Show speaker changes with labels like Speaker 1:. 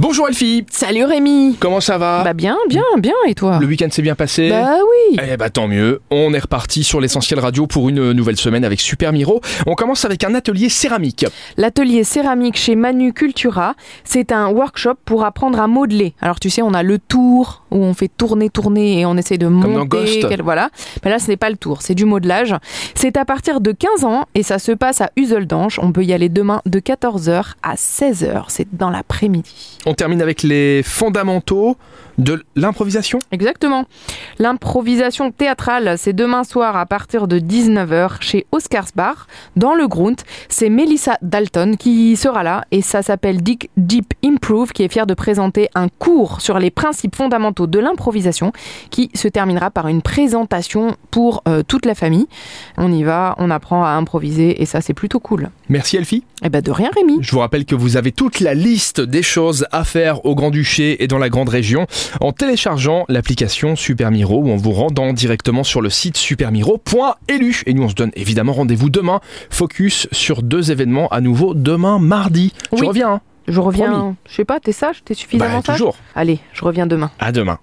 Speaker 1: Bonjour Elfie,
Speaker 2: Salut Rémi
Speaker 1: comment ça va
Speaker 2: Bah bien, bien, bien, et toi
Speaker 1: Ah. Le week-end s'est bien passé
Speaker 2: Bah oui
Speaker 1: Eh bah tant mieux, on est reparti sur l'essentiel radio pour une nouvelle semaine avec Super Miro. On commence avec un atelier céramique.
Speaker 2: L'atelier céramique chez Manu Cultura, c'est un workshop pour apprendre à modeler. Alors tu sais, on a le tour où on fait tourner, tourner et on essaie de monter.
Speaker 1: dans Ghost.
Speaker 2: quel- voilà. Mais là, ce n'est pas le tour, c'est du modelage. C'est à partir de 15 ans et ça se passe à Useldange. On peut y aller demain de 14h à 16h. C'est dans l'après-midi.
Speaker 1: On termine avec les fondamentaux de l'improvisation.
Speaker 2: Exactement. L'improvisation théâtrale, c'est demain soir à partir de 19h chez Oscars Bar, dans le Grunt. C'est Melissa Dalton qui sera là et ça s'appelle Dick Deep Improve qui est fier de présenter un cours sur les principes fondamentaux de l'improvisation qui se terminera par une présentation pour euh, toute la famille. On y va, on apprend à improviser et ça c'est plutôt cool.
Speaker 1: Merci Elfie.
Speaker 2: Eh ben de rien Rémi.
Speaker 1: Je vous rappelle que vous avez toute la liste des choses à faire au Grand-Duché et dans la Grande Région en téléchargeant l'application Super Miro ou en vous rendant directement sur le site supermiro.élu. Et nous, on se donne évidemment rendez-vous demain. Focus sur deux événements à nouveau demain mardi. Tu
Speaker 2: Oui.
Speaker 1: reviens hein
Speaker 2: Je reviens,
Speaker 1: Promis.
Speaker 2: je sais pas, t'es sage, t'es
Speaker 1: Bah,
Speaker 2: suffisamment sage
Speaker 1: toujours.
Speaker 2: Allez, je reviens demain.
Speaker 1: À demain.